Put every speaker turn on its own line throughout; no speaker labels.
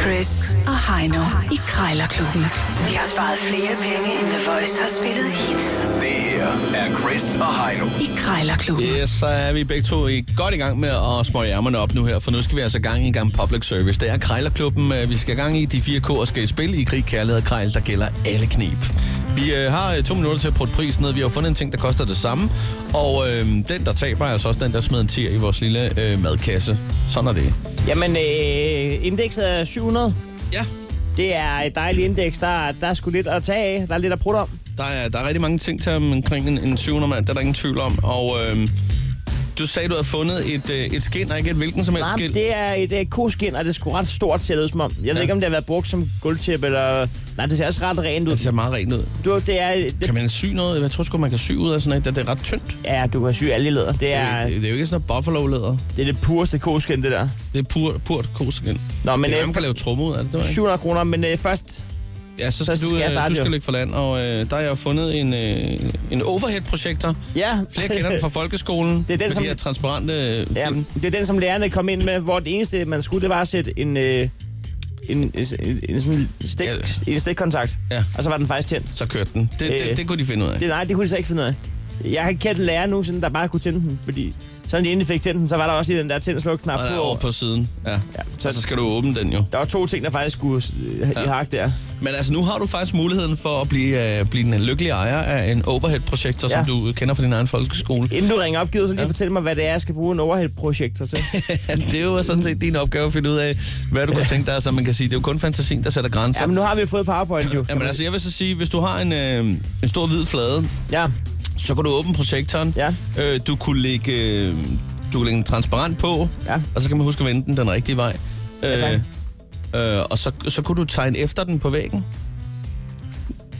Chris og Heino i Krejlerklubben. De har sparet flere penge, end The Voice har spillet hits
Det her er Chris og Heino.
i Krejlerklubben.
Yes, så er vi begge to i godt i gang med at smøge ærmerne op nu her, for nu skal vi altså i gang i en gang public service. Det er Krejlerklubben, øh, vi skal i gang i. De fire K'er skal i spil i krig, kærlighed og krejl, der gælder alle knep. Vi øh, har øh, to minutter til at putte prisen ned. Vi har fundet en ting, der koster det samme. Og øh, den, der taber, er altså også den, der smider en tier i vores lille øh, madkasse. Sådan er det.
Jamen, øh, indekset er 700.
Ja.
Det er et dejligt indeks. Der, der er sgu lidt at tage af. Der er lidt at prutte om.
Der er, der er rigtig mange ting til om- omkring en, en 700 mand, det er der ingen tvivl om. Og øh, du sagde, du havde fundet et, øh, et skind, og ikke et hvilken som helst
Nej,
skind.
det er et øh, koskin, og det er sgu ret stort, ser det ud som om. Jeg ved
Ja.
ikke, om det har været brugt som gulvtæppe, eller... Nej, det ser også ret rent
det
ud.
ser meget rent ud.
Du, det er... Det,
Altså- Kan man sy noget? Jeg tror sgu, man kan sy ud af sådan noget. Det det er ret tyndt.
ja, du kan sy alle de læder. Det
Ja.
er
Det, er jo ikke sådan noget buffalo-læder.
det, er det pureste koskin, det der.
Det er pur, purt kosegen.
Nå, men
Men det er,
øh,
man kan lave trummer ud af det, det var ikke?
700 kroner, men øh, først...
Ja, så skal,
så
du,
skal jeg
øh,
starte,
du
jo.
skal ligge for land, og øh, der har jeg fundet en, øh, en overhead-projektor.
Ja,
Flere kender den fra folkeskolen.
er den,
med
som-
de her transparente øh,
ja,
film.
det er den, som lærerne kom ind med, hvor det eneste, man skulle, det var at sætte en... Øh, en, en, en, en, sådan stik,
Ja.
en stikkontakt,
Ja.
og så var den faktisk tændt.
Så kørte den. Det, det,
Øh,
det, kunne de finde ud af.
Det, nej, det kunne de så ikke finde ud af. Jeg har ikke kendt lærer nu, siden der bare kunne tænde den, fordi sådan de endelig fik tændt den, så var der også lige den der tænd sluk knap
Og der er
på.
over på siden. Ja.
Ja,
Så,
så-
så skal du åbne den jo.
Der var to ting, der faktisk skulle øh, i
Ja.
hak der.
Men altså, nu har du faktisk muligheden for at blive, øh, blive den lykkelige ejer af en overhead-projektor, ja.
Ja.
som du øh, kender fra din egen folkeskole.
Inden du ringer op, gider du så lige ja. fortælle mig, hvad det er, jeg skal bruge en overhead-projektor til.
Ja, det er jo sådan set din opgave at finde ud af, hvad du kan tænke dig, så man kan sige, det er jo kun fantasien, der sætter grænser.
ja, men nu har vi jo fået PowerPoint jo.
Jamen altså, jeg vil så sige, hvis du har en, øh, en stor hvid flade,
Ja,
så kan du åbne projektoren.
Ja.
Øh, du kunne lægge, øh, du kunne lægge en transparent på,
Ja.
og så kan man huske at vende den den rigtige vej. Øh,
tak.
øh, og så, så kunne du tegne efter den på væggen.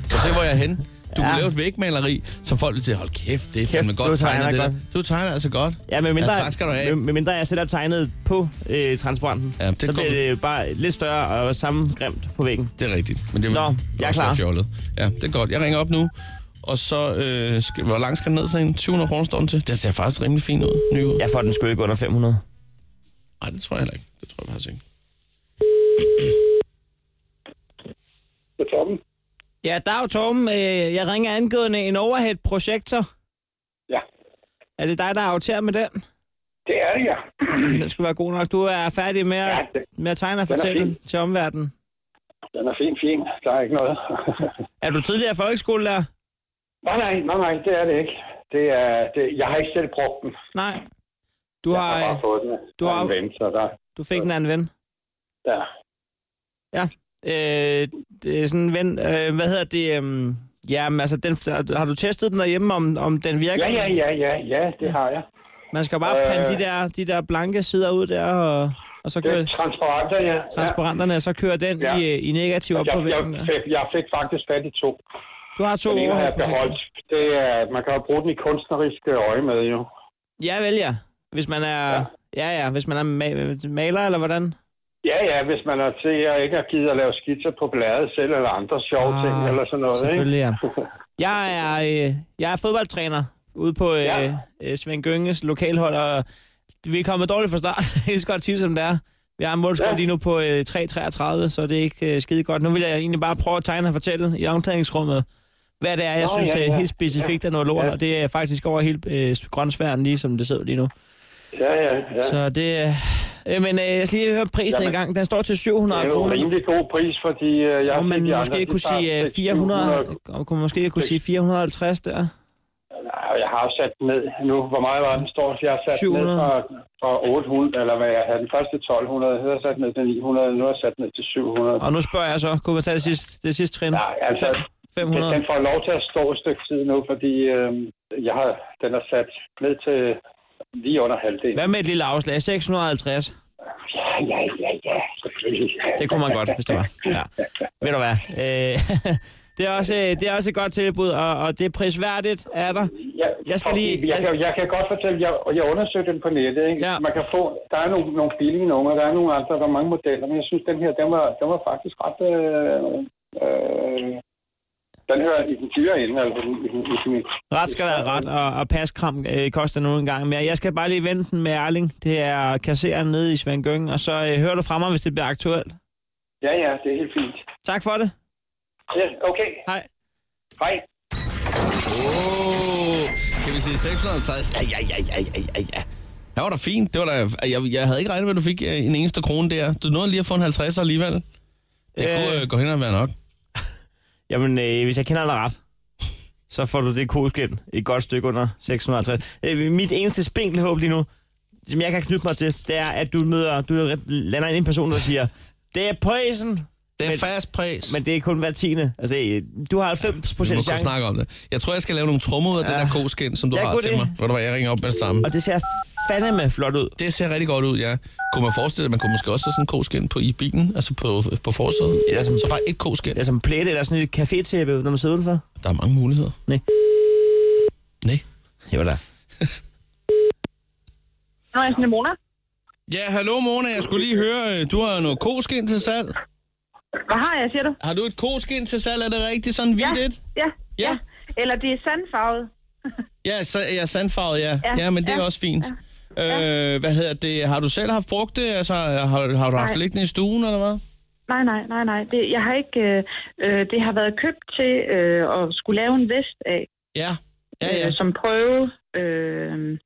Kan du se, hvor jeg er henne? Du ja.
Ja.
kunne lave et vægmaleri, som folk ville sige, hold kæft, det er fandme godt
du
tegnet,
tegner
det der.
godt.
Du tegner altså godt.
ja med mindre,
ja, tak skal du have.
Med, med mindre jeg selv har tegnet på øh, transparenten,
Ja, det
så
kunne-
bliver det bare lidt større og samme grimt på væggen.
Det er rigtigt. Men det
Nå,
det
jeg er
også være
klar.
Fjollet. Ja, det er godt. Jeg ringer op nu, og så... Øh, skal, hvor langt skal den ned til en? 700 kroner står den til. Den ser faktisk rimelig fin ud. Ny ud. Ja.
Jeg får den sgu ikke under 500.
Ej, det tror jeg heller ikke. Det tror jeg faktisk ikke.
Det er Torben.
Ja, dag Torben. Øh, jeg ringer angående en overhead-projektor.
Ja,
Er det dig, der aftager med den?
det er det, ja.
Den skulle være god nok. Du er færdig med at,
Ja, det-
med at tegne og
den er
fortælle
fin.
til omverdenen.
Den er fin, fin. Der er ikke noget.
Er du tidligere folkeskolelærer?
nej, nej, nej, nej, det er det ikke. Det er, det, jeg har ikke selv brugt den.
Nej. Du,
Jeg har
har,
bare fået den
du
du
har-
har... en ven, så der...
du fik den af en ven.
Ja.
Ja. Øh, det er sådan en ven. Øh, hvad hedder det? Øh, jamen, altså, den, har du testet den derhjemme, om, om den virker?
ja, ja, ja, ja, ja, det har jeg.
Man skal bare printe
Øh.
de, der, de der blanke sider ud der, og, og så
Det
kører
er transparenter, ja.
transparenterne, og så kører den
Ja.
i, øh, i negativ op
Ja.
på
Jeg,
væggen.
jeg,
der.
fik, jeg fik faktisk fat i to.
Du har to
Den ene har jeg
overhead-projektorer.
beholdt. Det er, man kan jo bruge den i kunstneriske øje med, jo.
Ja, vel ja. Hvis man er... Ja. Ja, ja. Hvis man er ma- maler, eller hvordan?
Ja, ja, hvis man er til, jeg ikke har givet at lave skitser på bladet selv, eller andre sjove ah, ting, eller sådan noget, ikke?
Selvfølgelig, ja. Jeg er, øh, jeg er fodboldtræner ude på øh,
Ja.
ja. øh, Svend Gynges lokalhold, og vi er kommet dårligt fra start. det er så godt sige, som det er. Vi har en målscore ja.
Ja.
lige nu på øh, 3.33, så det er ikke øh, skide godt. Nu vil jeg egentlig bare prøve at tegne og fortælle i omklædningsrummet, hvad det er, jeg
Nå,
synes
ja,
øh,
ja.
helt specifikt er noget lort,
Ja.
og det er faktisk over helt øh, grønsværen, lige som det sidder lige nu.
Ja, ja, ja.
Ja. Så det... Øh, øh, men øh, jeg skal lige høre prisen en
Jamen.
gang. Den står til
Det
700
er jo en
kroner.
rimelig god pris, fordi øh, jeg
Jo,
fik
men
de andre,
måske
de
kunne
tager
sige øh,
600.
400, og kunne måske kunne
Seks-
sige 450 der.
Nej, jeg har jo sat den ned nu. Hvor meget var den står? Jeg har sat den ned
700.
fra, fra 800, eller hvad jeg havde den første 1200, jeg havde sat den ned til 900, nu har jeg sat den ned til 700.
Og nu spørger jeg så, kunne man tage det sidste, det sidste trin?
Nej, altså, den,
500?
den får lov til at stå et stykke tid nu, fordi øh, jeg har, den er sat ned til lige under halvdelen.
Hvad med et lille afslag? 650?
Ja, ja, ja, ja, selvfølgelig.
Det kunne man godt, hvis det var. Ja. Ved du hvad? Øh, det, er også, øh, det er også et godt tilbud, og, og det er prisværdigt af dig.
Ja,
Jeg skal
og
lige-
Jeg kan, jeg kan godt fortælle, jeg, og jeg undersøgte den på nettet. Ikke?
Ja.
Man kan få, der er nogle, nogle billige nogle, og der er nogle andre, der er mange modeller, men jeg synes, den her, den var, den var faktisk ret... Øh, øh, den hører i den dyre ende, altså i, den- i, den- i, den-
Ret skal være ret, og, og paskram øh, koster nu en gang mere. Jeg skal bare lige vente den med Erling. Det er kassereren nede i Svend Gønge, og så øh, hører du fra mig, hvis det bliver aktuelt.
Ja, ja, det er helt fint.
Tak for det.
Ja, okay.
Hej.
Hej.
Oh, kan vi sige 650? Ej, ej, ej, ej, ej, ej, ej. Det var da fint. Det var da, jeg, jeg havde ikke regnet med, at du fik øh, en eneste krone der. Du nåede lige at få en 50 alligevel. Det øh.
Øh.
kunne øh, gå hen og være nok.
Jamen, øh, hvis jeg kender dig ret, så får du det koskin et godt stykke under 650. Øh, mit eneste spinkle håb lige nu, som jeg kan knytte mig til, det er, at du møder, du lander ind i en person, der siger, det er prisen,
Det er
Men-
fast pris.
men det er kun hver tiende. Altså, øh, du har 90
Vi må
procent
kunne
chance,
snakke om det. Jeg tror, jeg skal lave nogle trommer ud af ja. den der koskin, som du
Ja,
har
god
til
idé.
mig. Ved du hvad, jeg ringer op med det samme.
og det ser fandeme flot ud.
Det ser rigtig godt ud, ja. Kunne man forestille sig, at man kunne måske også have sådan en koskin på i bilen, altså på, på forsædet?
Eller som-
Så bare et koskin.
Det er som plæde eller sådan et café-tæppe, når man sidder udenfor.
Der er mange muligheder.
Nej.
Nej.
Jo da.
Nå, jeg er Mona.
Ja, hallo Mona, jeg skulle lige høre, øh, du har noget koskin til salg.
Hvad har jeg, siger du?
Har du et koskin til salg? Er det rigtigt sådan
Ja,
vidt et?
ja,
Ja.
ja. Eller det er sandfarvet.
Ja, så, ja sandfarvet, ja. ja.
Ja,
Ja, men det ja. er
ja,
også fint. Ja. Øh, hvad hedder det? Har du selv haft brugt det? Altså, har, har du haft
Nej.
liggende i stuen, eller hvad?
Nej, nej, nej, nej. Det, jeg har ikke, øh, øh, det har været købt til øh, at skulle lave en vest af,
Ja. Ja, ja.
øh, som prøve. Øh,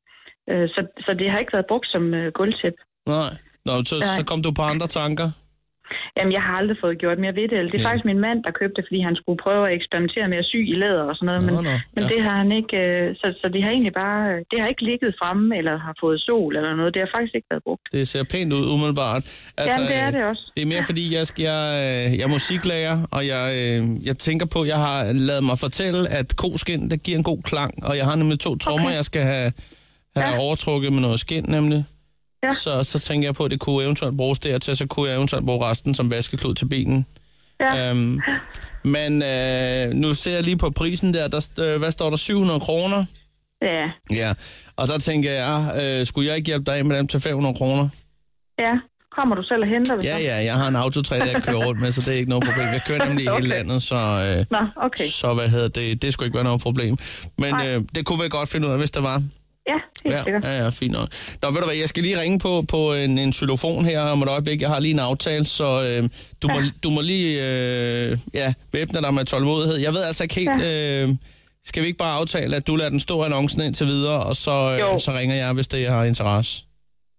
øh, så, så det har ikke været brugt som øh, gulvtæp.
Nej. Nå, så,
Nej.
så kom du på andre tanker.
Jamen, jeg har aldrig fået gjort mere ved det. Eller det er
Ja.
ja. faktisk min mand, der købte det, fordi han skulle prøve at eksperimentere med at sy i læder og sådan noget.
Nå,
men
nå,
men
ja.
det har han ikke... Øh, så, så det har egentlig bare... øh, Det har ikke ligget fremme, eller har fået sol eller noget. Det har faktisk ikke været brugt.
Det ser pænt ud, umiddelbart.
Altså, Jamen, det er
øh,
det også.
Det er mere fordi, jeg, skal, jeg, øh, jeg er musiklærer, og jeg, øh, jeg tænker på, jeg har lavet mig fortælle, at koskin, der giver en god klang, og jeg har nemlig to trommer, okay. jeg skal have, have ja.
Ja.
overtrukket med noget skin nemlig.
Ja.
Så, så tænker jeg på, at det kunne eventuelt bruges dertil, så kunne jeg eventuelt bruge resten som vaskeklud til bilen.
Ja.
Øhm, men øh, nu ser jeg lige på prisen der, der st- øh, hvad står der, 700 kroner?
Ja.
Ja, og der tænker jeg, øh, skulle jeg ikke hjælpe dig af med dem til 500 kroner?
Ja, kommer du selv og henter det?
Ja,
så?
ja, jeg har en autotræder, jeg kører rundt med, så det er ikke noget problem. Jeg kører nemlig i hele
Okay.
landet, så, øh,
Nå, okay.
så hvad hedder det, det skulle ikke være noget problem. Men
Nej.
øh, det kunne vi godt finde ud af, hvis der var.
Ja, helt ja. sikkert.
ja, ja, fint nok. Nå, ved du hvad, jeg skal lige ringe på, på en, en xylofon her om et øjeblik. Jeg har lige en aftale, så øh, du, ja. må, du må lige øh, ja, væbne dig med tålmodighed. Jeg ved altså ikke helt... Ja. Øh, skal vi ikke bare aftale, at du lader den stå annoncen indtil videre, og så, øh,
Jo.
så ringer jeg, hvis det har interesse?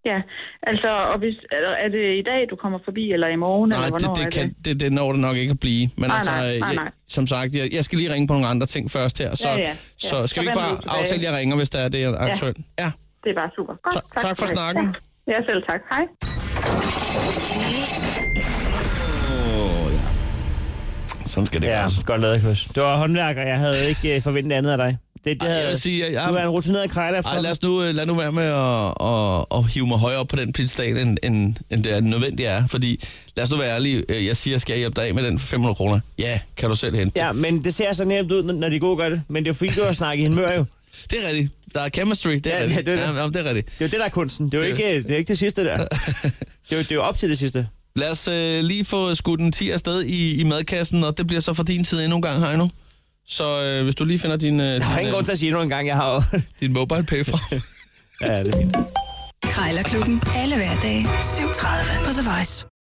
Ja, altså, og hvis, er der- er det i dag, du kommer forbi, eller i morgen,
Nej,
eller hvornår
det, det,
er
kan,
det?
det, det når det nok ikke at blive. Men
Nej,
altså,
nej,
øh,
nej,
jeg,
nej.
som sagt, jeg, jeg skal lige ringe på nogle andre ting først her. Så,
Ja, ja, ja.
så skal vi ikke
Så vender
bare
vi tilbage.
aftale, at jeg ringer, hvis der er det er aktuelt? Ja. ja.
Det er bare super. Godt,
Tak- tak for
skal du have.
snakken.
Ja, selv tak. Hej.
Sådan skal det
Ja, godt lavet, Chris. Det var håndværker, jeg havde ikke øh, forventet andet af dig. Det, det
Ej, jeg vil sige, at jeg-
Du er en rutineret krejler efter.
Ej, lad, os nu, øh, lad nu være med at, at, at hive mig højere op på den pinsdal, end, end, end det er nødvendigt er. Fordi, lad os nu være ærlige, øh, jeg siger, skal jeg hjælpe dig af med den for 500 kroner? Ja, kan du selv hente
Ja, men det ser så nemt ud, når de gode gør det. Men det er jo fordi, du har snakket i en mør jo.
det. Det er rigtigt. Der er chemistry, det er
Ja,
rigtigt.
det er det.
Ja, jamen, det er rigtigt.
Det er jo det, der er kunsten. Det er jo
Det-
ikke øh, det, er ikke det sidste der. Det er jo, det er jo op til det sidste.
Lad os øh, lige få skudt en 10 afsted i, i madkassen, og det bliver så for din tid endnu en gang, Heino. Så øh, hvis du lige finder din, øh,
Der er jo
din,
ingen grund til at sige endnu en gang, jeg har jo...
din mobile pay fra.
ja, det er fint.
Krejlerklubben. Alle hverdage. 7.30 på The Voice.